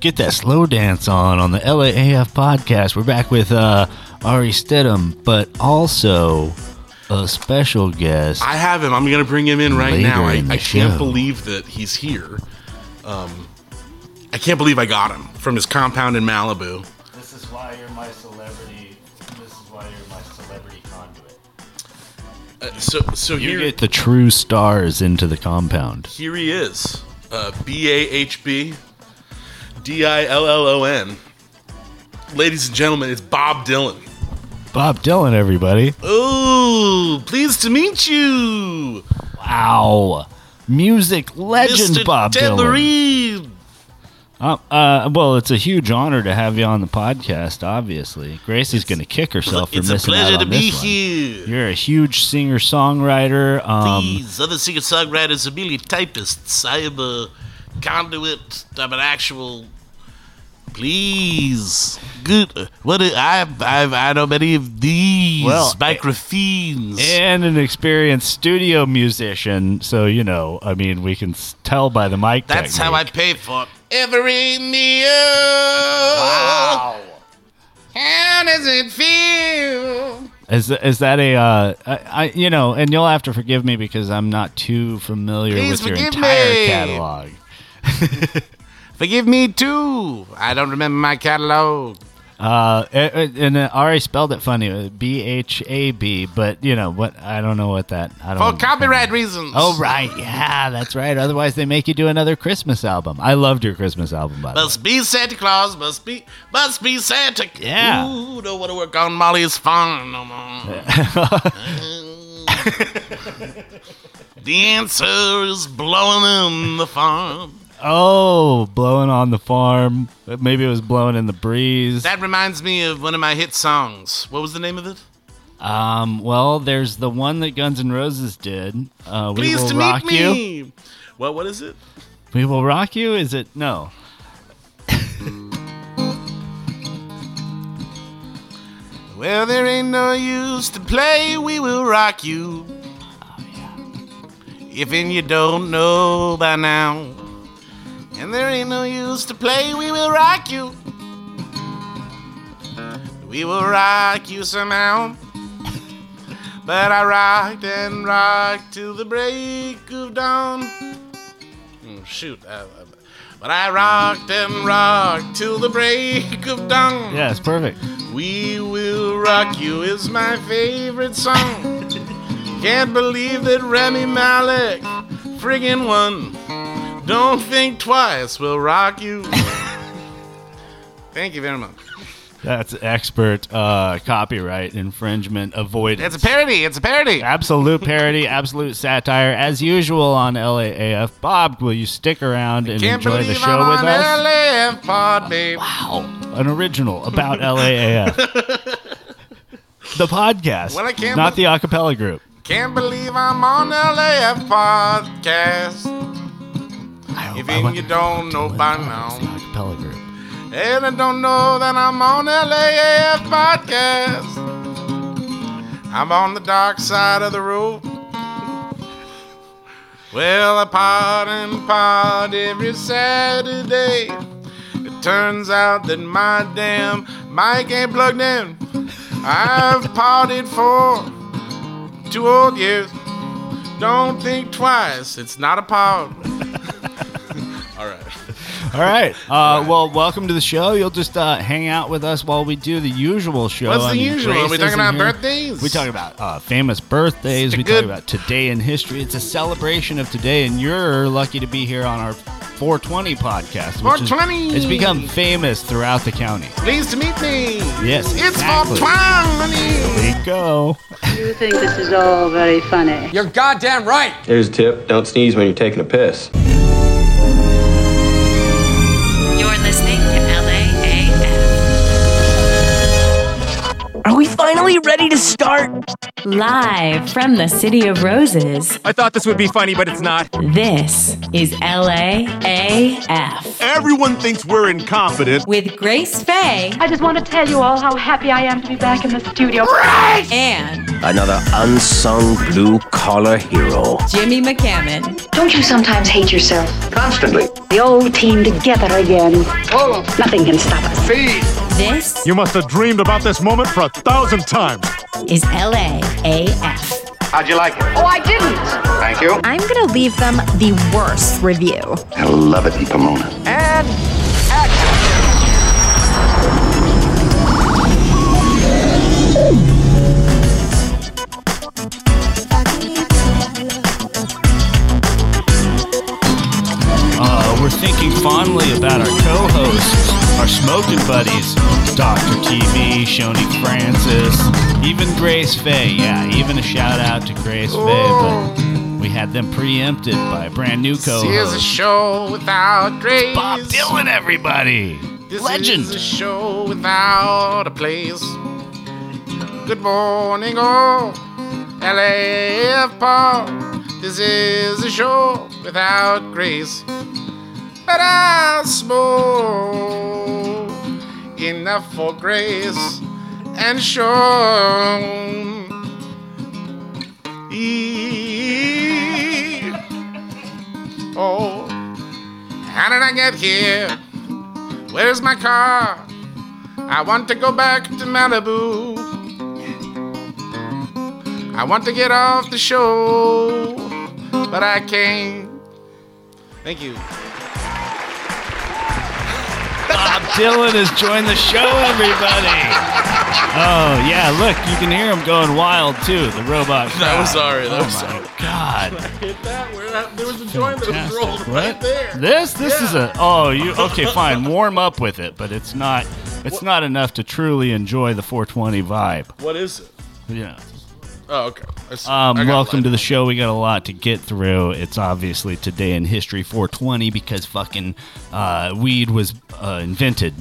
Get that slow dance on on the LAAF podcast. We're back with uh, Ari Stidham, but also a special guest. I have him. I'm going to bring him in right Later now. I, in the I can't show. believe that he's here. Um, I can't believe I got him from his compound in Malibu. This is why you're my celebrity. This is why you're my celebrity conduit. Uh, so, so You here, get the true stars into the compound. here he is. Uh, B A H B D I L L O N. Ladies and gentlemen, it's Bob Dylan. Bob Dylan, everybody. Oh, pleased to meet you, Wow. Music legend Mr. Bob Ted Dylan. Reed. Uh, uh, well, it's a huge honor to have you on the podcast. Obviously, Gracie's going to kick herself for It's a missing pleasure out to on be this one. here. You're a huge singer songwriter. Um, These other singer songwriters are merely typists. I am a conduit. I'm an actual. Please, good. uh, What I- I've I've I know many of these Well, microphones. and an experienced studio musician. So you know, I mean, we can s- tell by the mic. That's how I technique. pay for every meal. How does it feel? Is is that a uh, I, I you know? And you'll have to forgive me because I'm not too familiar Please with your forgive entire me. catalog. Forgive me too. I don't remember my catalog. Uh, and, and uh, Ari spelled it funny, uh, B H A B. But you know what? I don't know what that. I For don't. copyright reasons. Oh right, yeah, that's right. Otherwise, they make you do another Christmas album. I loved your Christmas album, by the way. Must be Santa Claus, must be, must be Santa. Yeah. Ooh, don't want to work on Molly's farm no more. the answer is blowing in the farm. Oh, blowing on the farm. Maybe it was blowing in the breeze. That reminds me of one of my hit songs. What was the name of it? Um, well, there's the one that Guns N' Roses did. Uh, we Pleased will to rock meet you. me. What? What is it? We will rock you. Is it no? Well, there ain't no use to play. We will rock you. If and you don't know by now. And there ain't no use to play. We will rock you. We will rock you somehow. But I rocked and rocked till the break of dawn. Mm, shoot. I- I- but I rocked and rocked till the break of dawn. Yeah, it's perfect. We Will Rock You is my favorite song. Can't believe that Remy Malek friggin' won. Don't think twice, we'll rock you. Thank you very much. That's expert uh, copyright infringement avoidance. It's a parody, it's a parody. absolute parody, absolute satire, as usual on LAAF. Bob, will you stick around and Can't enjoy believe the show I'm with on us? LAF pod, babe. Wow. An original about LAAF. the podcast, Well, I can't not the acapella group. Can't believe I'm on LAF podcast. If even you don't know by now. It's the acapella group. And I don't know that I'm on LAAF podcast. I'm on the dark side of the road. Well, I pod and pod every Saturday. It turns out that my damn mic ain't plugged in. I've potted for two old years. Don't think twice, it's not a pod. All right. All right. Uh, well, welcome to the show. You'll just uh, hang out with us while we do the usual show. What's I the mean, usual? Are Grace we talking isn't about here. birthdays? We talk about uh, famous birthdays. It's a We good- talk about today in history. It's a celebration of today, and you're lucky to be here on our 420 podcast. which is- 420. it's become famous throughout the county. Pleased to meet me. Yes, It's exactly. for twine. We go. You think this is all very funny. You're goddamn right. There's a tip. Don't sneeze when you're taking a piss. You're listening to LAAF. Are we finally ready to start? Live from the City of Roses, I thought this would be funny, but it's not. this is LAAF Everyone thinks we're incompetent. with Grace Faye I just want to tell you all how happy I am to be back in the studio. and another unsung blue collar hero. Jimmy McCammon, Don't you sometimes hate yourself? Constantly. The old team together again. Oh. Nothing can stop us. this You must have dreamed about this moment for a thousand times. is LAAF. How'd you like it? Oh, I didn't. Thank you. I'm gonna leave them the worst review. I love it in Pomona. Uh, we're thinking fondly about our co-hosts, our smoking buddies, Dr. TV, Shoni Francis, even Grace Faye. Yeah, even a shout out to Grace Faye. But we had them preempted by a brand new Oh, Here's a co-host, show without grace. Bob Dylan. Everybody, This legend. is a show without a place. Good morning, all. LAF Paul. This is a show without grace. But I smoke enough for grace and show. E- oh, how did I get here? Where's my car? I want to go back to Malibu. I want to get off the show, but I can't. Thank you. Bob Dylan has joined the show, everybody. Oh yeah, look, you can hear him going wild too. The robot. That was sorry. That Oh was sorry. my god. Hit that. Where that there was a joint that was rolled right What? there. This this is a oh you okay fine warm up with it but it's not it's not enough to truly enjoy the 420 vibe What is it? yeah Oh, okay. I see. um, I got welcome light. to the show we got a lot to get through it's obviously today in history 420 because fucking uh, weed was uh, invented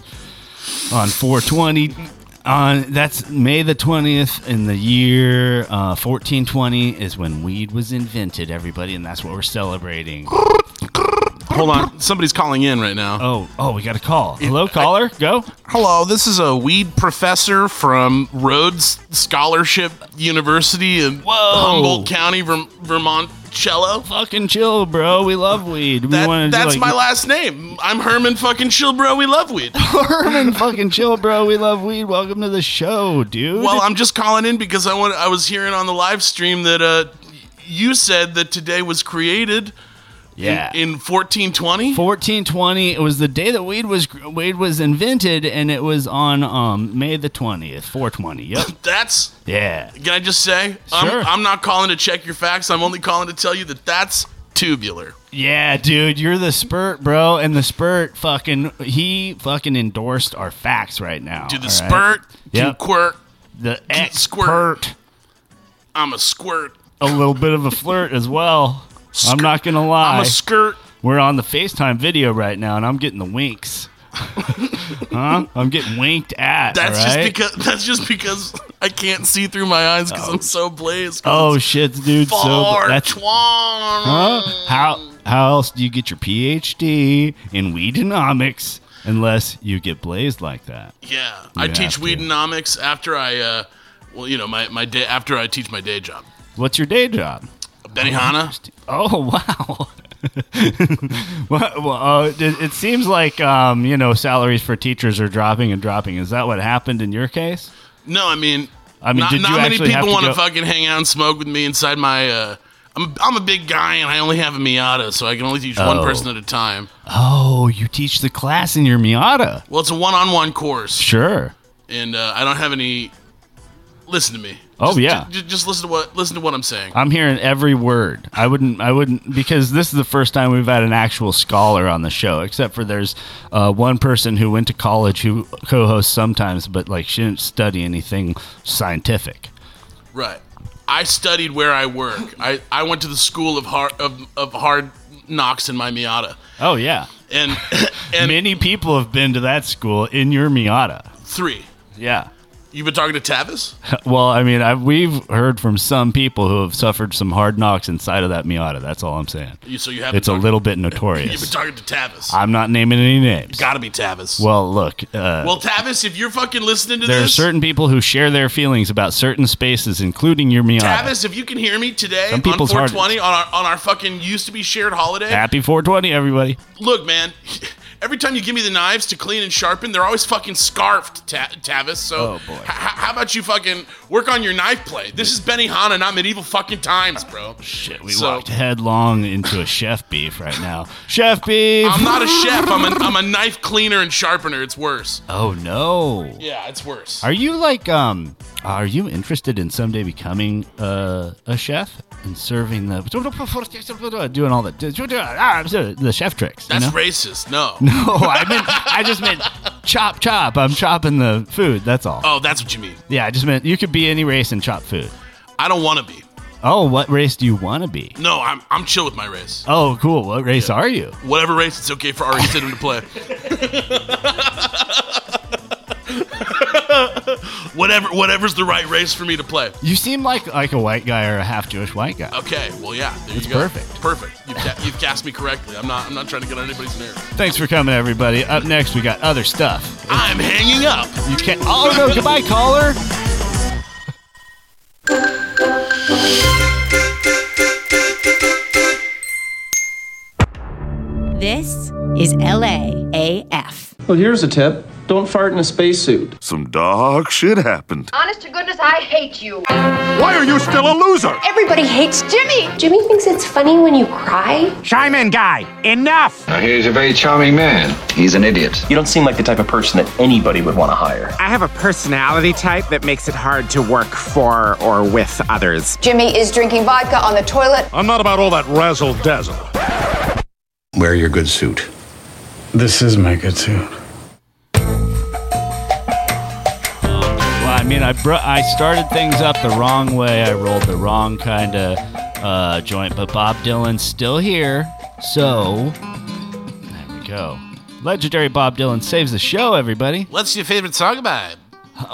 on 420 on that's May the 20th in the year uh, 1420 is when weed was invented everybody and that's what we're celebrating Hold on. Somebody's calling in right now. Oh, oh, we got a call. Hello, caller. Go. Hello, this is a weed professor from Rhodes Scholarship University in Whoa. Humboldt County, Verm- Vermont. Cello. Fucking chill, bro. We love weed. We That, wanna do, that's like, my last name. I'm Herman fucking Chill, bro. We love weed. Herman. Fucking chill, bro. We love weed. Welcome to the show, dude. well, I'm just calling in because I want. I was hearing on the live stream that uh, you said that today was created yeah. in 1420. 1420. It was the day that weed was weed was invented, and it was on um May the 20th, 420. Yep. That's. yeah. Can I just say? Sure. I'm, I'm not calling to check your facts. I'm only calling to tell you that that's tubular. Yeah, dude, you're the spurt, bro, and the spurt fucking he fucking endorsed our facts right now. Do the all right? spurt, Yep. do quirk. the X squirt. I'm a squirt. a little bit of a flirt as well. I'm not gonna lie. I'm a skirt. We're on the FaceTime video right now, and I'm getting the winks. huh? I'm getting winked at. That's right? just because. That's just because I can't see through my eyes because I'm so blazed. Oh shit, dude! So Far that's huh? How how else do you get your PhD in weedonomics unless you get blazed like that? Yeah, I You have teach to. weedonomics after I. Uh, well, you know, my my day after I teach my day job. What's your day job? Benihana. Oh wow. well, well, uh, it, it seems like um, you know salaries for teachers are dropping and dropping. Is that what happened in your case? No, I mean, I mean, not, did not you many actually have people to want to go- fucking hang out and smoke with me inside my. Uh, I'm I'm a big guy and I only have a Miata, so I can only teach one Oh. person at a time. Oh, you teach the class in your Miata. Well, it's a one-on-one course. Sure. and uh, I don't have any. Listen to me. Oh, Just- yeah. ju- ju- just listen to what listen to what I'm saying. I'm hearing every word. I wouldn't. I wouldn't because this is the first time we've had an actual scholar on the show. Except for there's uh, one person who went to college who co-hosts sometimes, but like she didn't study anything scientific. Right. I studied where I work. I, I went to the school of hard of, of hard knocks in my Miata, Oh yeah, and and many people have been to that school in your Miata. three. Yeah. You've been talking to Tavis? Well, I mean, I, we've heard from some people who have suffered some hard knocks inside of that Miata. That's all I'm saying. You- So you have It's a little bit You've been notorious. talking to Tavis. I'm not naming any names. Gotta be Tavis. Well, Well, look, uh, Tavis, if you're fucking listening to there are this, certain people who share their feelings about certain spaces, including your Miata. Tavis, if you can hear me today on Some people's 420 on our on our fucking used to be shared holiday, Happy 420, everybody. look, man. Every time you give me the knives to clean and sharpen, they're always fucking scarfed, Ta- Tavis. So, Oh, boy. h- h- how about you fucking work on your knife play? This is Benihana, not medieval fucking times, bro. Shit, we So- walked headlong into a chef beef right now. Um, chef beef. I'm not a chef. I'm a, I'm a knife cleaner and sharpener. It's worse. oh no. Yeah, it's worse. Are you like um? Are you interested in someday becoming uh, a chef and serving the doing all the the chef tricks? you That's know? racist. No. Oh, I meant I just meant chop chop. I'm chopping the food. That's all. Oh, that's what you mean. Yeah, I just meant you could be any race and chop food. I don't want to be. Oh, what race do you want to be? No, I'm I'm chill with my race. Oh, cool. What race are you? Whatever race, it's okay for Ari Stidham to play. Whatever, whatever's the right race for me to play. You seem like like a white guy or a half Jewish white guy. Okay, well, yeah, there It's you go. perfect. Perfect. You've, ca- you've cast me correctly. I'm not. I'm not trying to get on anybody's nerves. Thanks for coming, everybody. Up next, we got other stuff. I'm hanging up. You can't. Oh no! Goodbye, caller. This is LAAF. Well, here's a tip. Don't fart in a spacesuit. Some dog shit happened. Honest to goodness, I hate you. Why are you still a loser? Everybody hates Jimmy. Jimmy thinks it's funny when you cry. Chime in, guy. Enough. He's a very charming man. He's an idiot. You don't seem like the type of person that anybody would want to hire. I have a personality type that makes it hard to work for or with others. Jimmy is drinking vodka on the toilet. I'm not about all that razzle dazzle. Wear your good suit. This is my good suit. Well, I mean, I br- I started things up the wrong way. I rolled the wrong kind of uh, joint, but Bob Dylan's still here. So there we go. Legendary Bob Dylan saves the show, everybody. What's your favorite song about? Uh,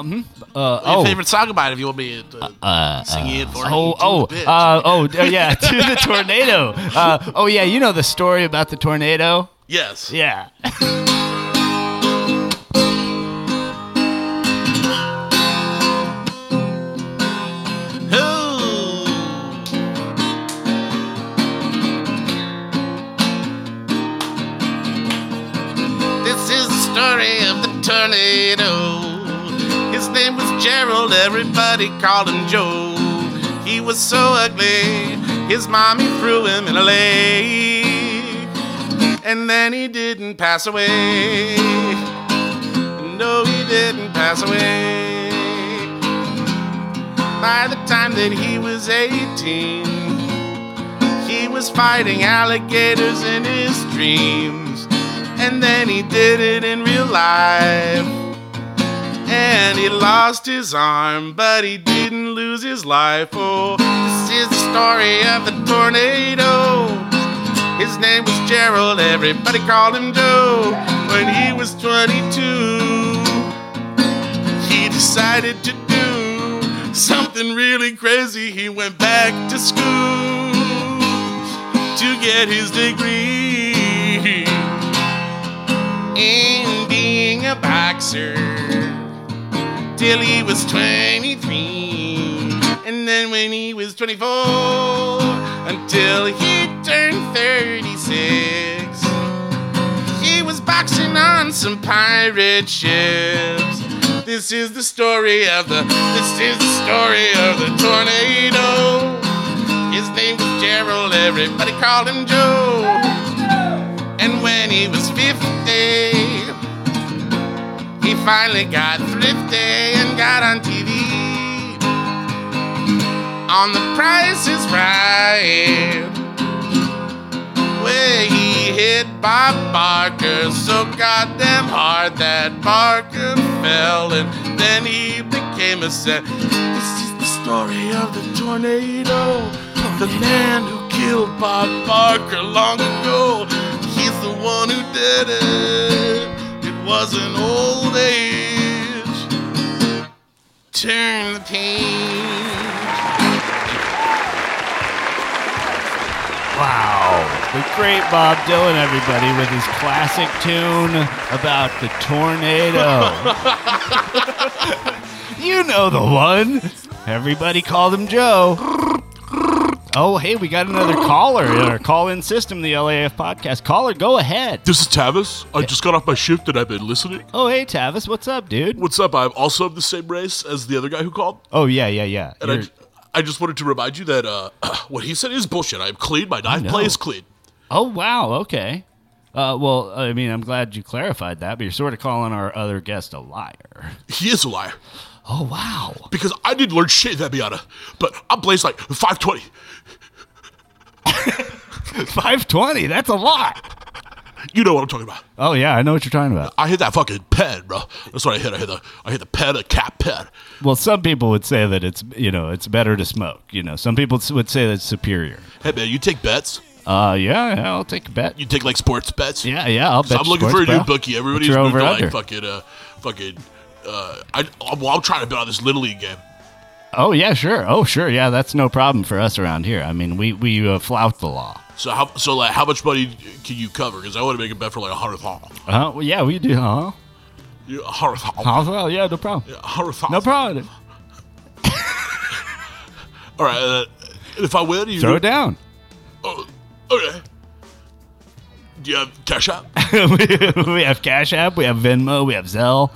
Mm-hmm. Your oh, favorite song about? If you want me to uh, sing it for you, oh, you oh, bitch. uh, oh, uh, yeah, to the tornado. Uh, oh, yeah, you know the story about the tornado. yes. Yeah. Who? This is the story of the tornado. His name was Gerald, everybody called him Joe. He was so ugly, his mommy threw him in a lake. And then he didn't pass away. No, he didn't pass away. By the time that he was 18, he was fighting alligators in his dreams. And then he did it in real life. And he lost his arm, but he didn't lose his life. Oh, this is the story of the tornado. His name was Gerald, everybody called him Joe. When he was 22, he decided to do something really crazy. He went back to school to get his degree in being a boxer till he was 23. And then when he was 24, until he turned 36. He was boxing on some pirate ships. This is the story of the. This is the story of the tornado. His name was Gerald. Everybody called him Joe. And when he was 50, he finally got thrifty and got on TV. On the Price is Right where he hit Bob Barker so goddamn hard that Barker fell and then he became a set. This is the story of the tornado, the man who killed Bob Barker long ago. He's the one who did it. It was an old age. Turn the page. Wow. The great Bob Dylan, everybody, with his classic tune about the tornado. you know the one. Everybody called him Joe. Oh, hey, we got another caller in our call in system, the LAF podcast. Caller, go ahead. This is Tavis. I just got off my shift and I've been listening. Oh, hey, Tavis, what's up, dude? What's up? I'm also of the same race as the other guy who called. Oh, yeah, yeah, yeah. And I, You're- ju- I just wanted to remind you that uh, what he said is bullshit. I'm clean. My knife know. play is clean. Oh wow, okay. Uh, well, I mean, I'm glad you clarified that, but you're sort of calling our other guest a liar. He is a liar. Oh wow. Because I didn't learn shit that Miata, but I blazed like 520. 520, that's a lot. You know what I'm talking about. Oh yeah, I know what you're talking about. I hit that fucking pen, bro. That's what I hit. I hit the I hit the pen, a cat pen. Well, some people would say that it's, you know, it's better to smoke, you know. Some people would say that's superior. Hey man, you take bets? Uh yeah, yeah, I'll take a bet. You take like sports bets? Yeah, yeah, I'll bet. So I'm looking for a sports new bra. bookie. Everybody's What's your moved to over-under? like fucking, uh, fucking. Uh, I, I'm, well, I'm trying to bet on this little league game. Oh yeah, sure. Oh sure, yeah, that's no problem for us around here. I mean, we we uh, flout the law. So how, so like, how much money can you cover? Because I want to make a bet for like a hundred thousand. Uh, well, yeah, we do, huh? You- A hundred thousand. Oh, well, yeah, no problem. A hundred thousand. No problem. All right. Uh, if I win, you Throw it down. Oh, okay. Do you have cash out? we, we have Cash App, we have Venmo, we have Zelle,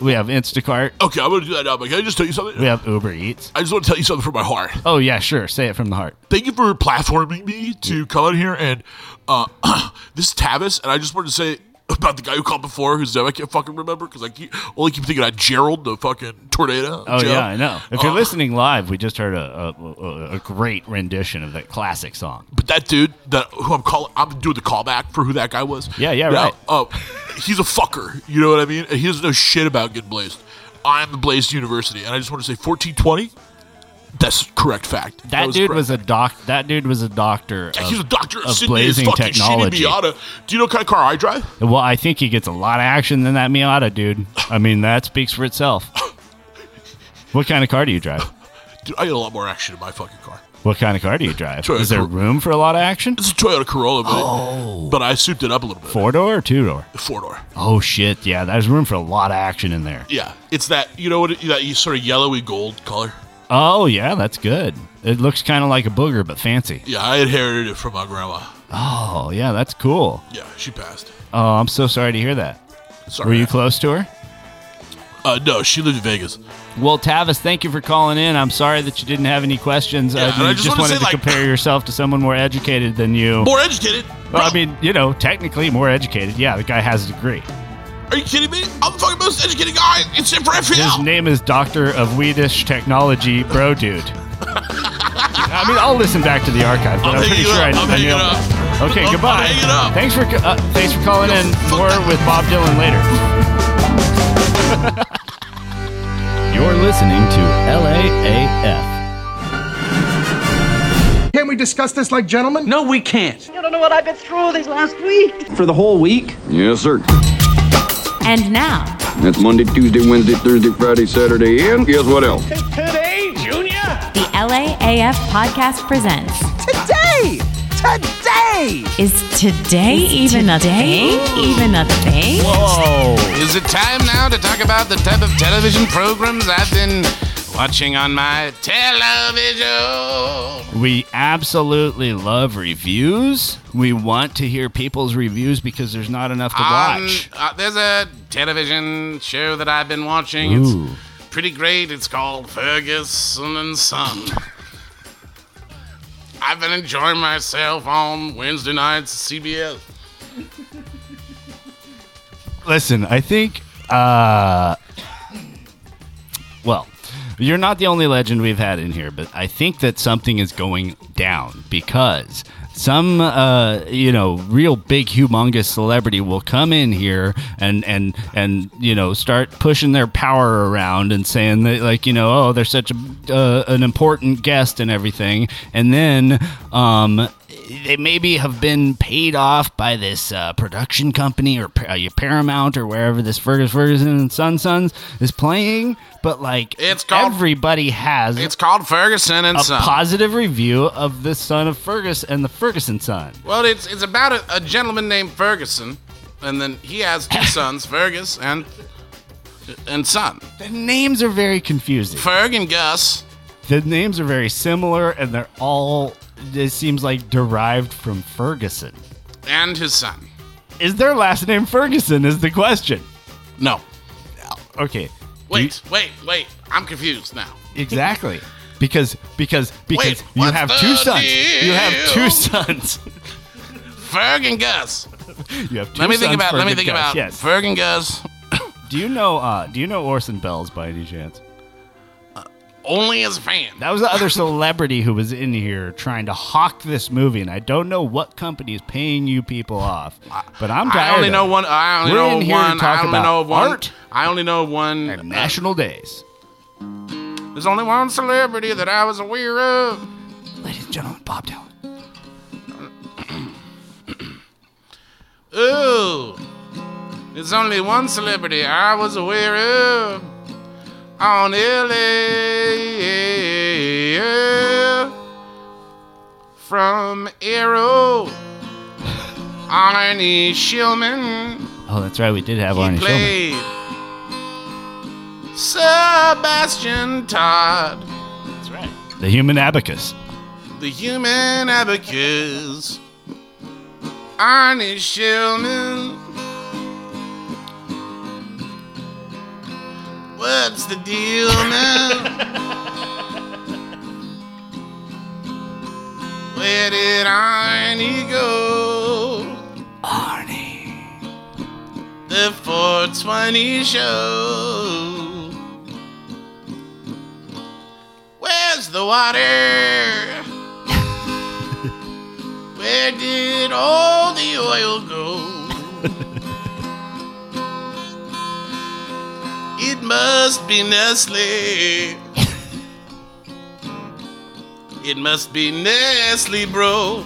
we have Instacart, okay, I'm gonna do that now. But can I just tell you something? we have Uber Eats. I just want to tell you something from my heart. Oh yeah, sure. Say it from the heart. Thank you for platforming me to come out here and uh, this is Tavis, and I just wanted to say about the guy who called before, whose name I can't fucking remember because I keep only keep thinking I Gerald the fucking tornado. Oh Joe. yeah, I know. If you're Uh, listening live, we just heard a, a, a, a great rendition of that classic song. But that dude, that who I'm calling, I'm doing the callback for who that guy was. Yeah, yeah, right. Uh, he's a fucker. You know what I mean? And he doesn't know shit about getting blazed. I'm the Blazed University, and I just want to say 1420. That's correct fact. That, dude was a doc. That dude was a doctor. Yeah, of- he's a doctor of, of Sydney. His blazing fucking technology. shitty Miata. Do you know what kind of car I drive? Well, I think he gets a lot of action in that Miata, dude. I mean, that speaks for itself. What kind of car do you drive? Dude, I get a lot more action in my fucking car. What kind of car do you drive? Sure, Is there cool. room for a lot of action? It's a Toyota Corolla, but, Oh. but I souped it up a little bit. Four door or two door? Four door. Oh shit! Yeah, there's room for a lot of action in there. Yeah, it's that you know what? it- That sort of yellowy gold color. Oh yeah, that's good. It looks kind of like a booger, but fancy. Yeah, I inherited it from my grandma. Oh yeah, that's cool. Yeah, she passed. Oh, I'm so sorry to hear that. Sorry. Were you close to her? Uh, no, she lived in Vegas. Well, Tavis, thank you for calling in. I'm sorry that you didn't have any questions. I, Yeah, and I just, just wanna wanted say, to like- compare yourself to someone more educated than you. More educated. well, I Bro, mean, you know, technically more educated. Yeah, the guy has a degree. are you kidding me? I'm the fucking most educated guy except for His FPL. name is Doctor of Weedish Technology, bro, dude. I mean, I'll listen back to the archive, but I'm I'm, pretty hanging sure I, up. I'm I knew. hanging up. Okay, I'm- I'm goodbye. hanging up. Thanks for co- uh, thanks for calling Yo, in. fuck More that. with Bob Dylan later. You're listening to LAAF. Can we discuss this like gentlemen? No, we can't. You don't know what I've been through this last week. For the whole week? Yes, sir. And now, That's Monday, Tuesday, Wednesday, Thursday, Friday, Saturday, and guess what else? the LAAF podcast presents. Today! Today! Is today even a thing? Even a thing? Whoa! Is it time now to talk about the type of television programs I've been watching on my television? We absolutely love reviews. We want to hear people's reviews because there's not enough to Um, watch. uh, there's a television show that I've been watching. Ooh. It's pretty great. It's called Ferguson and Son. I've been enjoying myself on Wednesday nights at CBS. Listen, I think, uh, well, you're not the only legend we've had in here, but I think that something is going down because some, uh, you know, real big, humongous celebrity will come in here and and and you know start pushing their power around and saying that like you know oh they're such a, uh, an important guest and everything, and then um, they maybe have been paid off by this uh, production company or Par- uh, Paramount or wherever this Fergus Ferguson and Son Sons is playing, but like It's called- everybody has It's called Ferguson and a Son. positive review of the son of Fergus and the Ferguson son. Well, it's it's about a, a gentleman named Ferguson, and then he has two sons, Fergus and and son, The names are very confusing. Ferg and Gus. The names are very similar, and they're all. It seems like derived from Ferguson. and his son. Is their last name Ferguson? Is the question. No. Okay. Wait, wait, wait! I'm confused now. Exactly. Because because because Wait, you what's have two the sons. You have two deal? sons. Ferg and Gus. You have two Let me think sons, about. Let me Fergus think Gus. about. Yes. Ferg and Gus. do you know uh do you know Orson Belles by any chance? Only as a fan. That was the other celebrity who was in here trying to hawk this movie, and I don't know what company is paying you people off. But I'm tired. I only of know it. one. I only We're know in of here to one. talk I only about know of one. art. I only know of one. And National Days. There's only one celebrity that I was aware of. Ladies and gentlemen, Bob Dylan. Ooh. There's only one celebrity I was aware of on LA from Arrow. Arnie Shillman Oh, that's right. We did have Arnie Shulman. played Sebastian Todd, That's right. The Human Abacus. the human abacus. Arnie Shillman. What's the deal, man? Where did Arnie go? Arnie. The 420 show. Where's the water? Where did all the oil go? it must be Nestle. it must be Nestle, bro.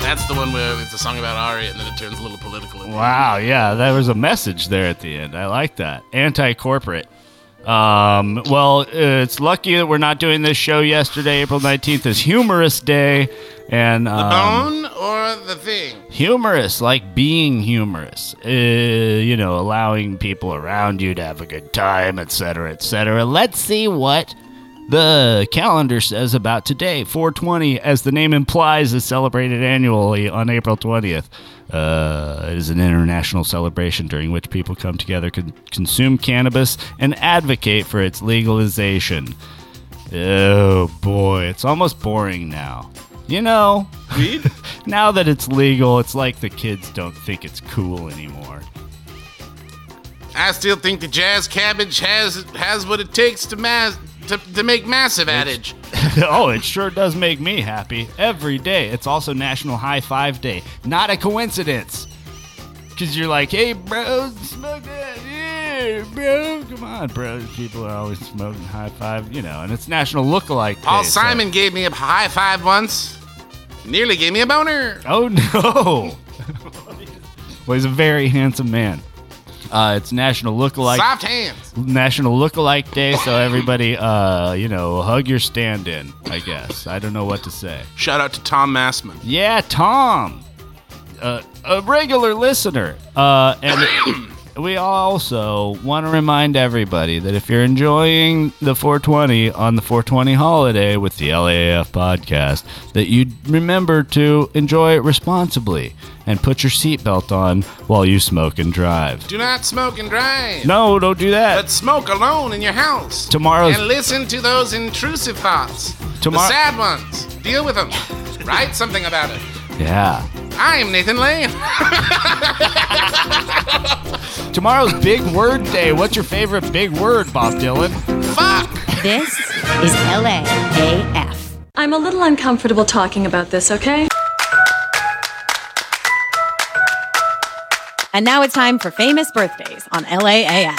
That's the one where it's a song about Ari and then it turns a little political. at the Wow, yeah, that was a message there at the end. I like that. Anti corporate. Um, well, uh, it's lucky that we're not doing this show yesterday. April 19th is Humorous Day. And um, Bone or the thing? humorous, like being humorous, uh, you know, allowing people around you to have a good time, etc., etc. Let's see what the calendar says about today. 420, as the name implies, is celebrated annually on April 20th. Uh, it is an international celebration during which people come together, con- consume cannabis, and advocate for its legalization. Oh boy, it's almost boring now. You know, now that it's legal, it's like the kids don't think it's cool anymore. I still think the jazz cabbage has has what it takes to mass to, to make massive adage. oh, it sure does make me happy every day. It's also National High Five Day. Not a coincidence. Because you're like, hey, bro, smoke that. Yeah, bro. Come on, bro. People are always smoking high five, you know, and it's National Lookalike Day. Paul so- Simon gave me a high five once. Nearly gave me a boner. Oh no! well, he's a very handsome man. Uh, it's National Lookalike Soft hands. National Lookalike Day, so everybody, uh, you know, hug your stand-in. I guess I don't know what to say. Shout out to Tom Massman. Yeah, Tom, uh, a regular listener, uh, and. We also want to remind everybody that if you're enjoying the 420 on the 420 holiday with the LAAF podcast, that you remember to enjoy it responsibly and put your seatbelt on while you smoke and drive. Do not smoke and drive. No, don't do that. But smoke alone in your house. Tomorrow's- And listen to those intrusive thoughts. Tomorrow- The sad ones. Deal with them. Write something about it. Yeah. I am Nathan Lane. Tomorrow's Big Word Day. What's your favorite big word, Bob Dylan? Fuck. This is LAAF. I'm a little uncomfortable talking about this, okay? And now it's time for famous birthdays on LAAF.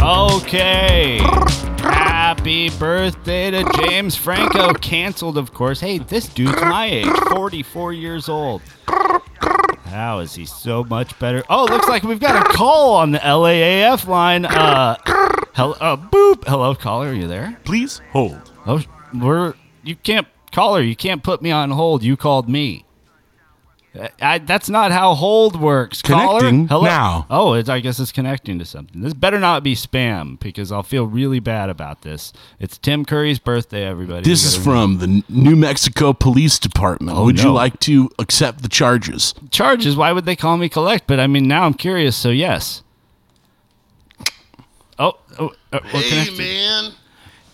Okay. Happy birthday to James Franco. Canceled, of course. Hey, this dude's my age, 44 years old. How is he so much better? Oh, looks like we've got a call on the LAAF line. Uh, hello, uh, boop. Hello, caller. Are you there? Please hold. Oh, we're you can't caller. You can't put me on hold. You called me. Uh, I, that's not how hold works. Caller? Connecting hello. now. Oh, it's, I guess it's connecting to something. This better not be spam because I'll feel really bad about this. It's Tim Curry's birthday, everybody. This We is gotta- from the New Mexico Police Department. Would you Oh, no. like to accept the charges? charges. Why would they call me collect? But I mean, now I'm curious. So yes. Oh, oh uh, we're Hey, connected. man.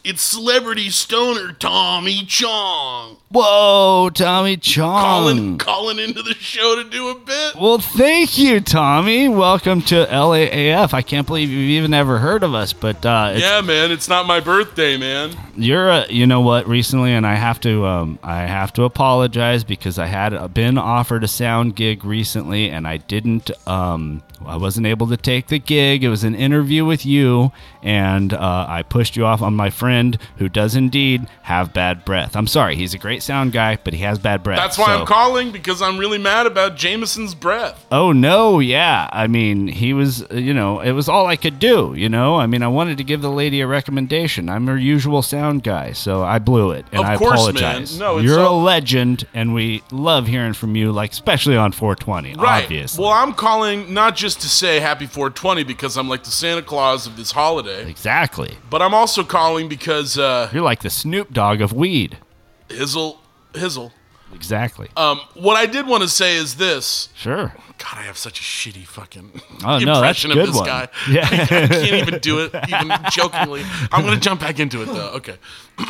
It's celebrity stoner Tommy Chong Whoa, Tommy Chong. calling into the show to do a bit. Well, thank you, Tommy. Welcome to LAAF. I can't believe you've even ever heard of us, but uh, it's, Yeah, man. It's not my birthday, man. you're a, you know what recently, and I have to um, I have to apologize because I had uh, been offered a sound gig recently, and I didn't um, I wasn't able to take the gig. It was an interview with you, and uh, I pushed you off on my friend who does indeed have bad breath. I'm sorry, he's a great sound guy, but he has bad breath. That's why so- I'm calling because I'm really mad about Jameson's breath. Oh no, yeah. I mean, he was, uh, you know, it was all I could do, you know? I mean, I wanted to give the lady a recommendation. I'm her usual sound guy, so I blew it and Of I course, man. apologize. No, it's You're a all- legend and we love hearing from you like especially on 420, Right. obviously. Well, I'm calling not just to say happy 420 because I'm like the Santa Claus of this holiday, Exactly. but I'm also calling because uh, You're like the Snoop Dogg of weed. Hizzle, Hizzle. Exactly. Um, what I did want to say is this. Sure. God, I have such a shitty fucking Oh, no, that's a impression good of this one. guy. Yeah. I, can't even do it, even jokingly. I'm gonna jump back into it though. Okay.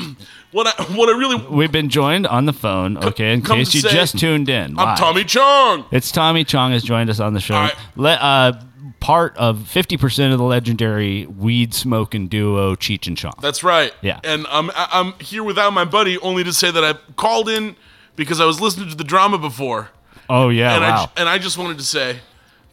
what I what I really We've been joined on the phone, okay, in come case to you say, just tuned in. I'm live. Tommy Chong. It's Tommy Chong has joined us on the show. Le- uh, part of 50% of the legendary weed smoking duo Cheech and Chong. That's right. Yeah. And I'm I- I'm here without my buddy only to say that I called in because I was listening to the drama before. Oh yeah, and I wow. ju- and I just wanted to say,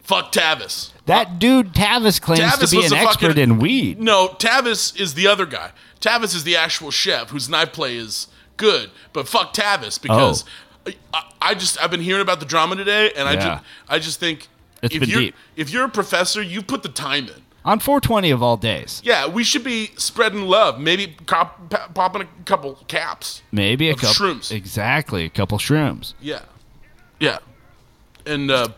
fuck Tavis. that dude Tavis claims Tavis to be was an a expert fucking- in weed. No, Tavis is the other guy. Tavis is the actual chef whose knife play is good, but fuck Tavis Oh. because I, I- I just I've been hearing about the drama today, and I Yeah. just I just think It's if been you're deep. if you're a professor, you put the time in. On 420 of all days. Yeah, we should be spreading love. Maybe cop, pa- popping a couple caps. Maybe a Of couple shrooms. Exactly, a couple shrooms. Yeah, yeah, and uh,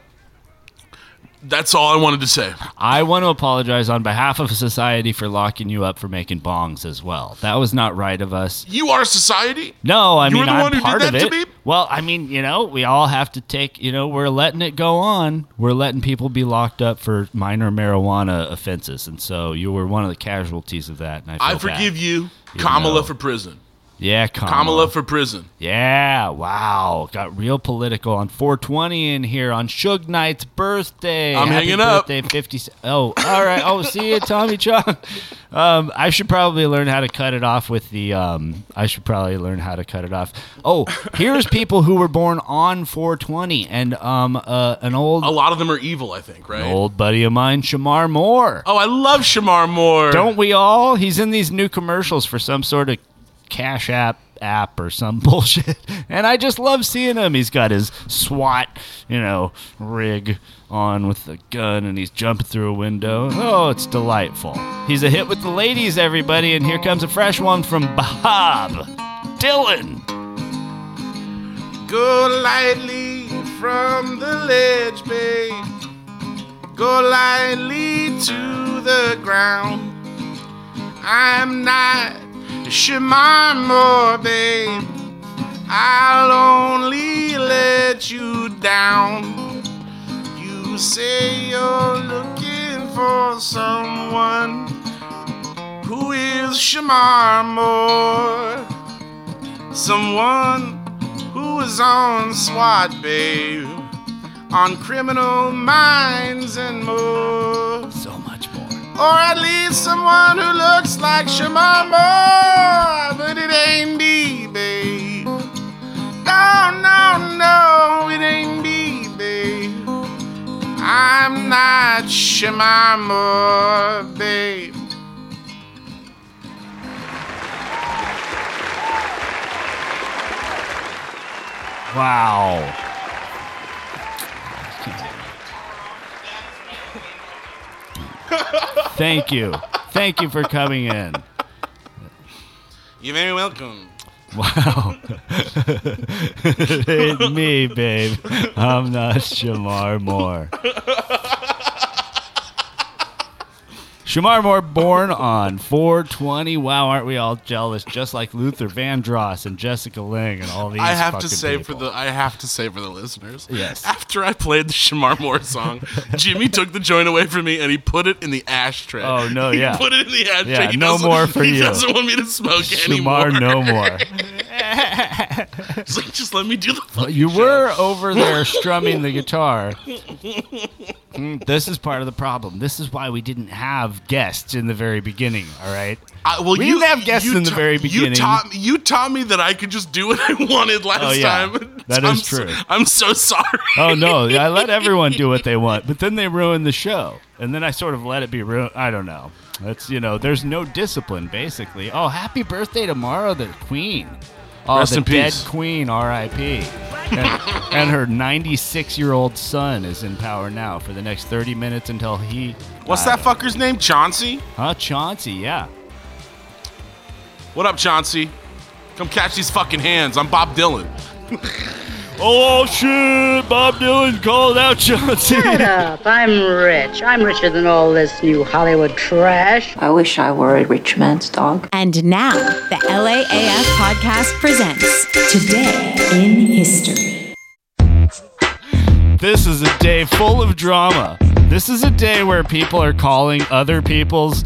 that's all I wanted to say. I want to apologize on behalf of society for locking you up for making bongs as well. That was not right of us. You are society. No, I You were mean the I'm one who did part that of to it. me? Well, I mean, you know, we all have to take, you know, we're letting it go on. We're letting people be locked up for minor marijuana offenses, and so you were one of the casualties of that. And I, I feel bad. forgive you, You Kamala, know. Uh-huh. for prison. Yeah, Kamala. Kamala for prison. Yeah, wow. Got real political on 420 in here on Suge Knight's birthday. I'm Happy hanging up. birthday, 50. se- Oh, all right. Oh, see you, Tommy Chong. Um, I should probably learn how to cut it off with the. Um, I should probably learn how to cut it off. Oh, here's people who were born on 420 and um, uh, an old A lot of them are evil, I think, right? an old buddy of mine, Shamar Moore. Oh, I love Shamar Moore. Don't we all? He's in these new commercials for some sort of Cash App app or some bullshit. And I just love seeing him. He's got his SWAT, you know, rig on with the gun and he's jumping through a window. Oh, it's delightful. He's a hit with the ladies, everybody. And here comes a fresh one from Bob Dylan. Go lightly from the ledge, babe. Go lightly to the ground. I'm not Shamar Moore, babe. I'll only let you down. You say you're looking for someone who is Shamar Moore. Someone who is on SWAT, babe, on criminal minds and more. So much more. Or at least someone who looks like Shamar Moore, but it ain't me, babe. No, no, no, it ain't me, babe. I'm not Shamar Moore, babe. Wow. Thank you. Thank you for coming in. You're very welcome. Wow. it's me, babe. I'm not Shamar Moore. Shamar Moore, born on 420. Wow, aren't we all jealous? Just like Luther Vandross and Jessica Lang and all these. I have to fucking say people. for the I have to say for the listeners. Yes. After I played the Shamar Moore song, Jimmy took the joint away from me and he put it in the ashtray. Oh, no, He yeah. put it in the ashtray. Yeah, He no doesn't- more for he you. doesn't want me to smoke Shamar, anymore. no more. He's like, just let me do the. Well, you were over there strumming the guitar. Mm, This is part of the problem. This is why we didn't have guests in the very beginning. All right. I, well, we you didn't have guests you in the ta- very beginning. You taught you taught me that I could just do what I wanted last Oh, yeah. time. That That is I'm is so- true. I'm so sorry. oh no! I let everyone do what they want, but then they ruined the show, and then I sort of let it be ruined. I don't know. That's you know, there's no discipline basically. Oh, happy birthday tomorrow, the queen. Oh, Rest the in dead peace. queen, R.I.P. And, and her 96-year-old son is in power now for the next 30 minutes until he. What's that fucker's name? Chauncey? Huh, Chauncey? Yeah. What up, Chauncey? Come catch these fucking hands. I'm Bob Dylan. Oh shit! Bob Dylan called out Chauncey. Shut up. I'm rich. I'm richer than all this new Hollywood trash. I wish I were a rich man's dog. And now, the LAAF podcast presents Today in History. This is a day full of drama. This is a day where people are calling other people's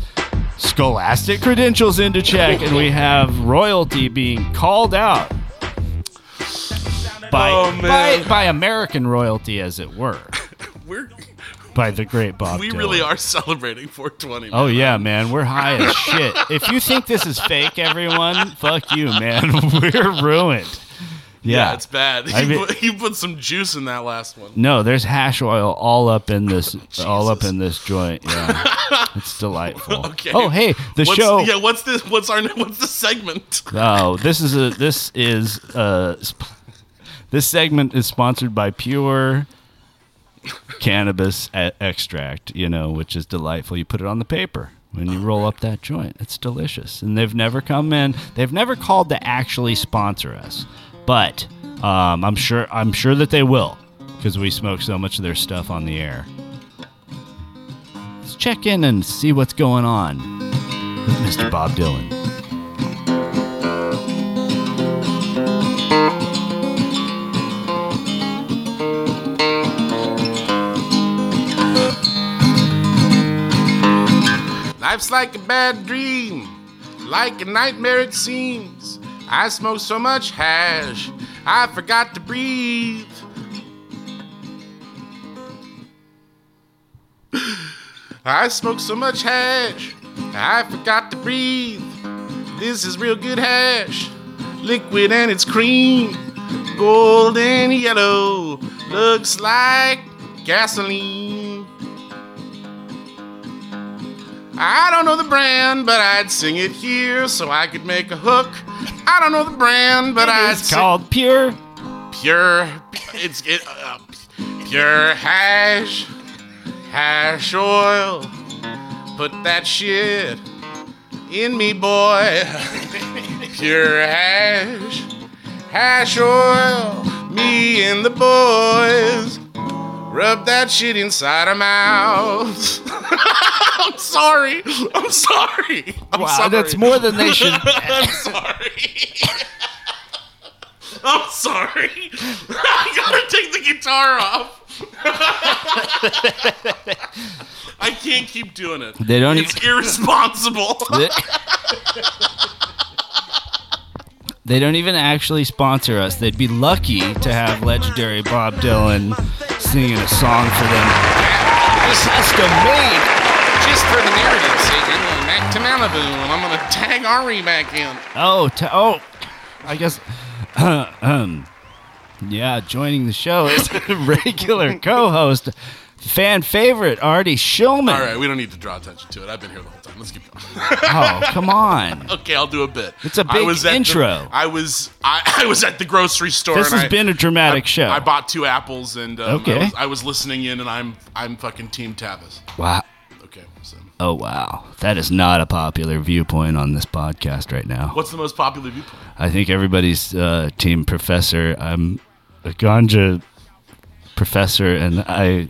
scholastic credentials into check, and we have royalty being called out by, Oh, by, by American royalty, as it were, We're by the great Bob. we Dylan. really are celebrating 420. Oh yeah, man, we're high as shit. If you think this is fake, everyone, fuck you, man. We're ruined. Yeah, it's bad. I you, mean- put, you put some juice in that last one. No, there's hash oil all up in this, all up in this joint. Yeah, it's delightful. Okay. Oh, hey, the What's- show. Yeah, what's this? What's our? What's the segment? Oh, this is a this is uh, sp- this segment is sponsored by Pure Cannabis e- Extract. You know, which is delightful. You put it on the paper when you roll up that joint. It's delicious, and they've never come in. They've never called to actually sponsor us, but um, I'm sure I'm sure that they will because we smoke so much of their stuff on the air. Let's check in and see what's going on with Mr. Bob Dylan. Life's like a bad dream, like a nightmare it seems. I smoked so much hash, I forgot to breathe. I smoked so much hash, I forgot to breathe. This is real good hash, liquid and it's cream, gold and yellow, looks like gasoline. I don't know the brand, but I'd sing it here so I could make a hook. I don't know the brand, but I'd It's called Pure. pure. It's it, uh, pure hash, hash oil. Put that shit in me, boy. pure hash, hash oil. Me and the boys. Rub that shit inside our mouths. I'm sorry. I'm sorry. I'm Wow, sorry. Uh, that's more than they should- I'm sorry. I'm sorry. I gotta take the guitar off. I can't keep doing it. They don't It's even- irresponsible. They- They don't even actually sponsor us. They'd be lucky to have legendary Bob Dylan singing a song for them. This has to made just for the narrative sake. I'm going back to Malibu and I'm gonna tag Ari back in. Oh, t- oh, I guess. um, yeah, joining the show is regular co-host, fan favorite Artie Shulman. All right, we don't need to draw attention to it. I've been here the whole time. Let's keep going. oh, come on. Okay, I'll do a bit. It's a big at the- intro. I was I, I was at the grocery store. This and has I- been a dramatic show. I bought two apples and um, Okay. I, was, I was listening in, and I'm I'm fucking Team Tavis. wow. Okay. So. Oh, wow. That is not a popular viewpoint on this podcast right now. What's the most popular viewpoint? I think everybody's uh, team professor. I'm a ganja professor, and I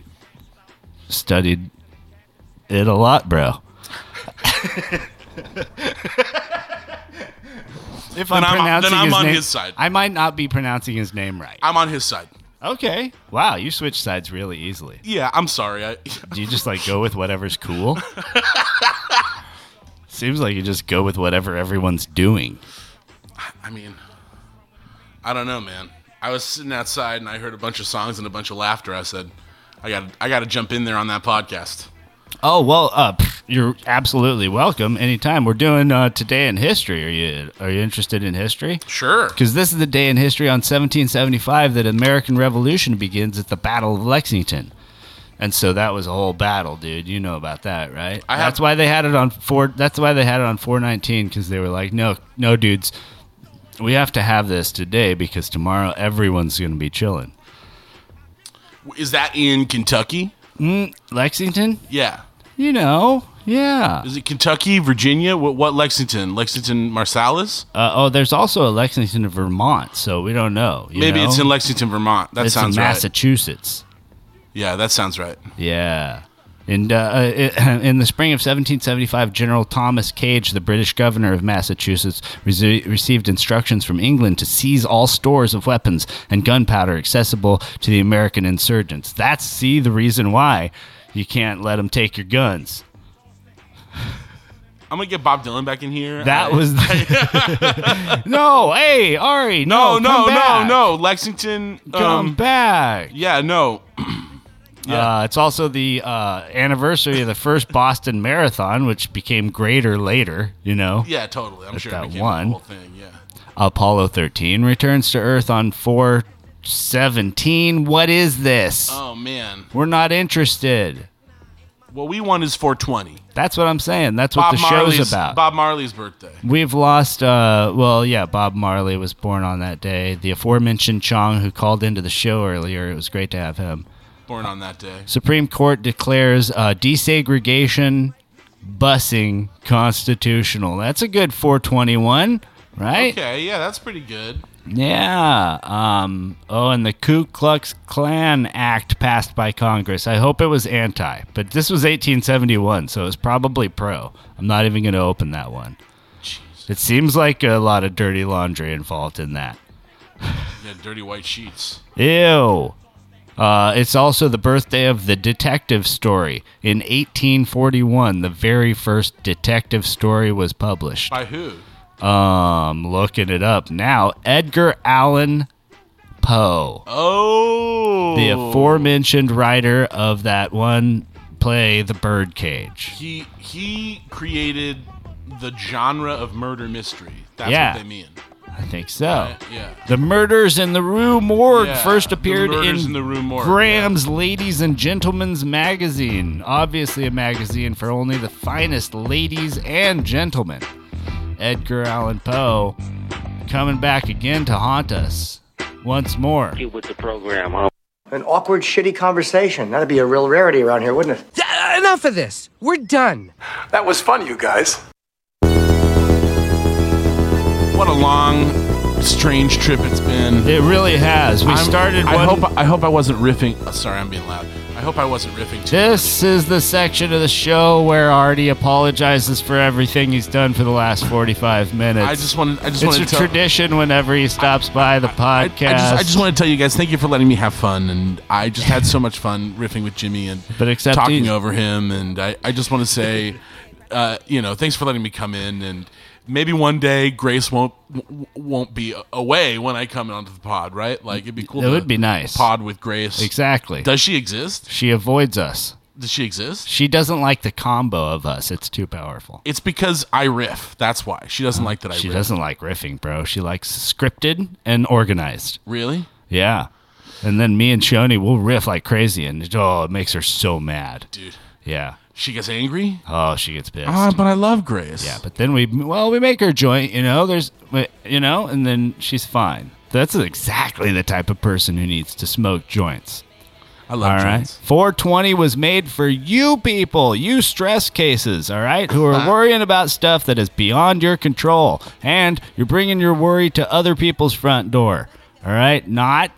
studied it a lot, bro. If Then I'm, I'm on- pronouncing then I'm his on name- his side. I might not be pronouncing his name right. I'm on his side. Okay. Wow, you switch sides really easily. Yeah, I'm sorry. I Do you just like go with whatever's cool? Seems like you just go with whatever everyone's doing. I mean, I don't know, man. I was sitting outside and I heard a bunch of songs and a bunch of laughter. I said, I got I got to jump in there on that podcast. Oh well, uh, pff, you're absolutely welcome anytime. We're doing uh, today in history. Are you are you interested in history? Sure. Because this is the day in history on 1775 that American Revolution begins at the Battle of Lexington, and so that was a whole battle, dude. You know about that, right? I have- that's why they had it on four. That's why they had it on 419 because they were like, no, no, dudes, we have to have this today because tomorrow everyone's going to be chilling. Is that in Kentucky? Mm, Lexington, Yeah. you know, yeah. Is it Kentucky, Virginia? What, what Lexington? Lexington Marsalis? Uh, oh, there's also a Lexington, Vermont, so we don't know. you Maybe know? it's in Lexington, Vermont. That It's in sounds Massachusetts. right. Yeah, that sounds right. Yeah. And uh, uh, it- in the spring of 1775, General Thomas Gage, the British governor of Massachusetts, resi- received instructions from England to seize all stores of weapons and gunpowder accessible to the American insurgents. That's see the reason why you can't let them take your guns. I'm gonna get Bob Dylan back in here. That I- was no, hey Ari, no, no, no, come no, back. no. Lexington. come Um, back. yeah, no. Uh, it's also the uh, anniversary of the first Boston Marathon, which became greater later, you know? Yeah, totally. I'm At sure that it became one. the whole thing. Yeah. Apollo 13 returns to Earth on 417. What is this? Oh man. We're not interested. What we want is 420. That's what I'm saying. That's what the show's Marley's about. Bob Marley's birthday. We've lost, uh, well, yeah, Bob Marley was born on that day. The aforementioned Chong, who called into the show earlier, it was great to have him. Born on that day. Supreme Court declares uh, desegregation busing constitutional. That's a good 421, right? Okay. Yeah, that's pretty good. Yeah. Um, oh, and the Ku Klux Klan Act passed by Congress. I hope it was anti, but this was 1871, so it was probably pro. I'm not even going to open that one. It seems like a lot of dirty laundry involved in that. Yeah, dirty white sheets. Ew. Uh, it's also the birthday of the detective story. In 1841, the very first detective story was published. By who? Um, looking it up now. Edgar Allan Poe, Oh. the aforementioned writer of that one play, The Birdcage. He he created the genre of murder mystery. That's Yeah. what they mean. I think so. yeah. The Murders in the Rue Morgue Yeah, first The appeared Murders in, in the Rue Morgue, Graham's Ladies and Gentlemen's Magazine. Obviously, a magazine for only the finest ladies and gentlemen. Edgar Allan Poe coming back again to haunt us once more. with the program, huh? An awkward, shitty conversation. That'd be a real rarity around here, wouldn't it? uh, enough of this. We're done. That was fun, you guys. What a long, strange trip it's been. It really has. We I'm- started I one- hope I hope I wasn't riffing. oh, sorry, I'm being loud. I hope I wasn't riffing too. This is the section of the show where Artie apologizes for everything he's done for the last 45 minutes. I just wanted. I just it's wanted a to. tell- tradition whenever he stops by the podcast. I just, I just want to tell you guys, thank you for letting me have fun, and I just had so much fun riffing with Jimmy and But except talking he's- over him, and I, I just want to say, uh, you know, thanks for letting me come in, and maybe one day Grace won't w- won't be away when I come onto the pod, right? Like it'd be cool. It to would be nice. Pod with Grace. Exactly. Does she exist? She avoids us. Does she exist? She doesn't like the combo of us. It's too powerful. It's because I riff. That's why she doesn't like that I. She riff. doesn't like riffing, bro. She likes scripted and organized. Really? Yeah. And then me and Shoni will riff like crazy and oh, it makes her so mad. Dude. Yeah. She gets angry. Oh, she gets pissed. Ah, but I love Grace. Yeah, but then we well we make her joint, you know. There's you know, and then she's fine. That's exactly the type of person who needs to smoke joints. I love All right. 420 was made for you people, you stress cases, all right, who are worrying about stuff that is beyond your control. And you're bringing your worry to other people's front door, all right? Not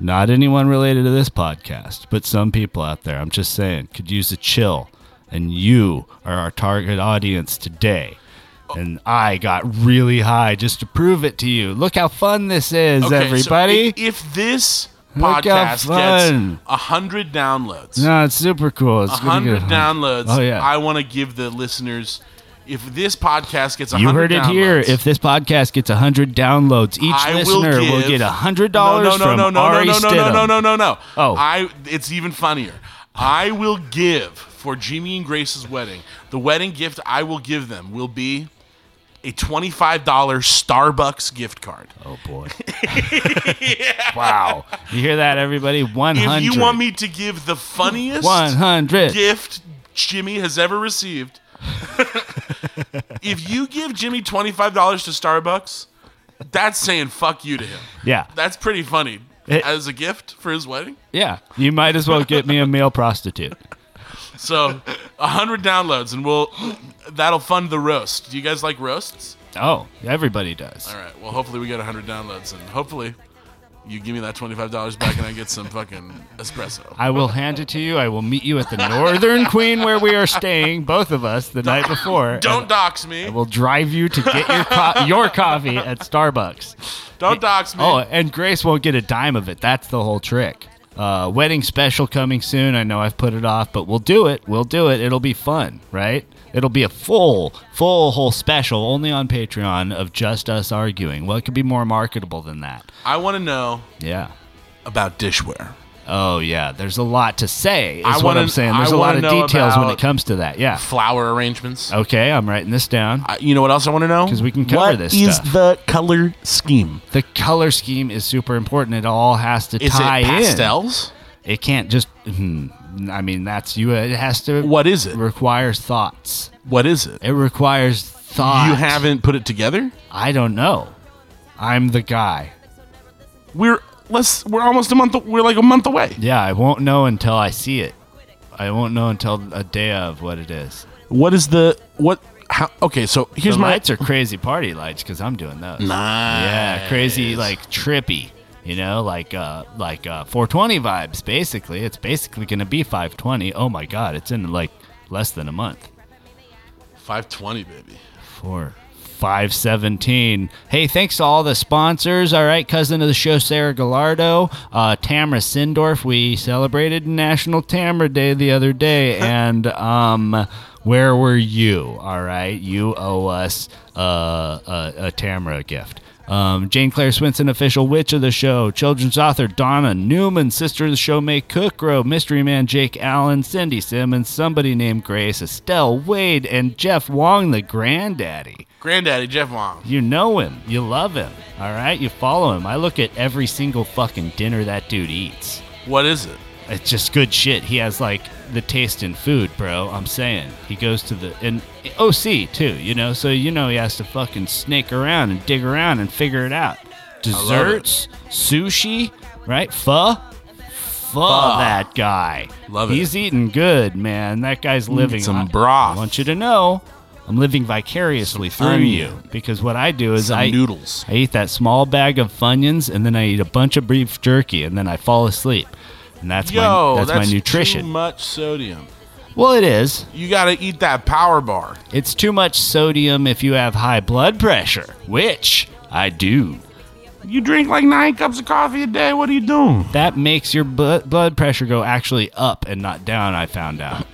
not anyone related to this podcast, but some people out there, I'm just saying, could use a chill. And you are our target audience today. And I got really high just to prove it to you. Look how fun this is, Okay, so everybody. i- if this Look how podcast fun. gets hundred downloads, no, it's super cool. It's gonna get hundred downloads, Oh yeah. I want to give the listeners. If this podcast gets You hundred, heard it here. If this podcast gets 100 downloads, each I will listener will, give- get $100 no, no, no, from no, no, Ari no, no, no, Stidham. no, no, no, no. Oh. I. It's even funnier. I will give for Jimmy and Grace's wedding. The wedding gift I will give them will be a twenty-five dollar Starbucks gift card. Oh boy! Wow. You hear that, everybody? 100. If you want me to give the funniest 100. gift Jimmy has ever received, if you give Jimmy $25 to Starbucks, that's saying fuck you to him. Yeah. That's pretty funny. It- As a gift for his wedding. Yeah. You might as well get me a male prostitute. So, 100 downloads and we'll that'll fund the roast. Do you guys like roasts? Oh, everybody does. All right. Well, hopefully we get 100 downloads and hopefully you give me that $25 back and I get some fucking espresso. I will hand it to you. I will meet you at the Northern Queen where we are staying, both of us, the night before. Don't dox me. I will drive you to get your co- your coffee at Starbucks. Don't dox me. Oh, and Grace won't get a dime of it. That's the whole trick. Uh, wedding special coming soon. I know I've put it off, but we'll do it. We'll do it. It'll be fun, right? It'll be a full, full, whole special only on Patreon of just us arguing. What could be more marketable than that? I want to know Yeah. About dishware. Oh yeah, there's a lot to say. Is I what wanna- I'm saying. I There's a lot wanna of know details when it about comes to that. Yeah. Flower arrangements. Okay, I'm writing this down. you know what else I want to know? Because we can cover What this. is stuff. the color scheme? The color scheme is super important. It all has to Is it tie in. pastels? It can't just. Hmm, I mean, that's you. It has to. What is it? Requires thoughts. What is it? It requires thought. You haven't put it together? I don't know. I'm the guy. We're let's we're almost a month we're like a month away. Yeah, I won't know until I see it. I won't know until a day of what it is. What is the what how okay, so here's the my lights are crazy party lights because I'm doing those. Nice. Yeah, crazy like trippy. You know, like uh like uh 420 vibes. Basically, it's basically gonna be 520. Oh my god, it's in like less than a month. five twenty, baby. Four. 517. Hey, thanks to all the sponsors. All right, cousin of the show, Sarah Gallardo, uh, Tamara Sindorf. We celebrated National Tamara Day the other day. And um, where were you? All right, you owe us uh, a, a Tamara gift. Um, Jane Claire Swinson, official witch of the show, children's author Donna Newman, sister of the show May Cookrow, mystery man Jake Allen, Cindy Simmons, somebody named Grace, Estelle Wade, and Jeff Wong, the granddaddy. Granddaddy Jeff Wong. You know him, you love him, all right? You follow him. I look at every single fucking dinner that dude eats. What is it? It's just good shit. He has like the taste in food, bro. I'm saying he goes to the and OC too, you know. So you know he has to fucking snake around and dig around and figure it out. love it. Desserts, sushi, right? Pho, pho. Pho. That guy, Love it. He's eating good, man. That guy's Need living some on- broth. I want you to know, I'm living vicariously through you onion. because what I do is Some I noodles. I eat that small bag of funyuns and then I eat a bunch of beef jerky and then I fall asleep. And that's Yo, my that's, my nutrition. Too much sodium. well, it is. You gotta eat that power bar. It's too much sodium if you have high blood pressure, which I do. You drink like nine cups of coffee a day. What are you doing? That makes your bu- blood pressure go actually up and not down, I found out.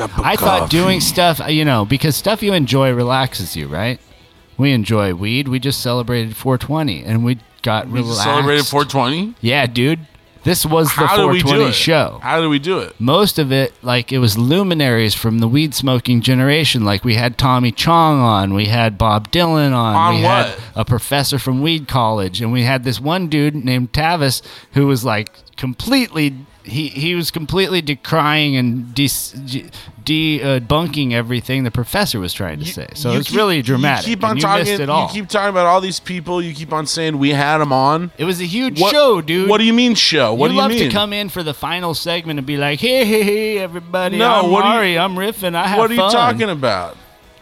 I thought doing stuff, uh, you know, because stuff you enjoy relaxes you, right? We enjoy weed. We just celebrated 420 and we got We relaxed. celebrated 420. Yeah, dude. This was the How do we 420 do it? show. How do we do it? Most of it, like it was luminaries from the weed smoking generation. Like we had Tommy Chong on, we had Bob Dylan on, On we what? had a professor from weed college, and we had this one dude named Tavis who was like completely. he he was completely decrying and debunking de- uh, bunking everything the professor was trying to say. So you it's keep- really dramatic. You keep on and you talking. missed it all. You keep talking about all these people. You keep on saying we had them on. It was a huge show, dude. What do you mean show? What you do you love mean? to come in for the final segment and be like, "Hey, hey, hey, everybody! No, I'm what are Ari, you- I'm riffing. I have what are you fun." talking about?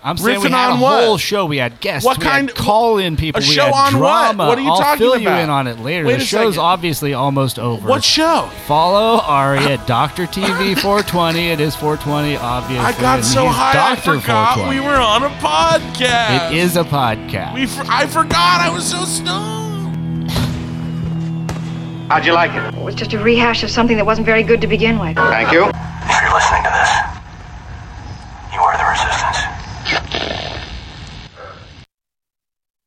I'm saying we Riffing had on a what? whole show. We had guests. What we had kind- call-in people? a we show had on what? drama. What are you I'll talking fill about? you in on it later. Wait the a show's second. obviously almost over. What show? Follow Ari at Doctor TV 420. It is 420, obviously. I got and so he's high Doctor I forgot 420. we were on a podcast. It is a podcast. We for- I forgot I was so stoned. How'd you like it? It was just a rehash of something that wasn't very good to begin with. Thank you. If you're listening to this,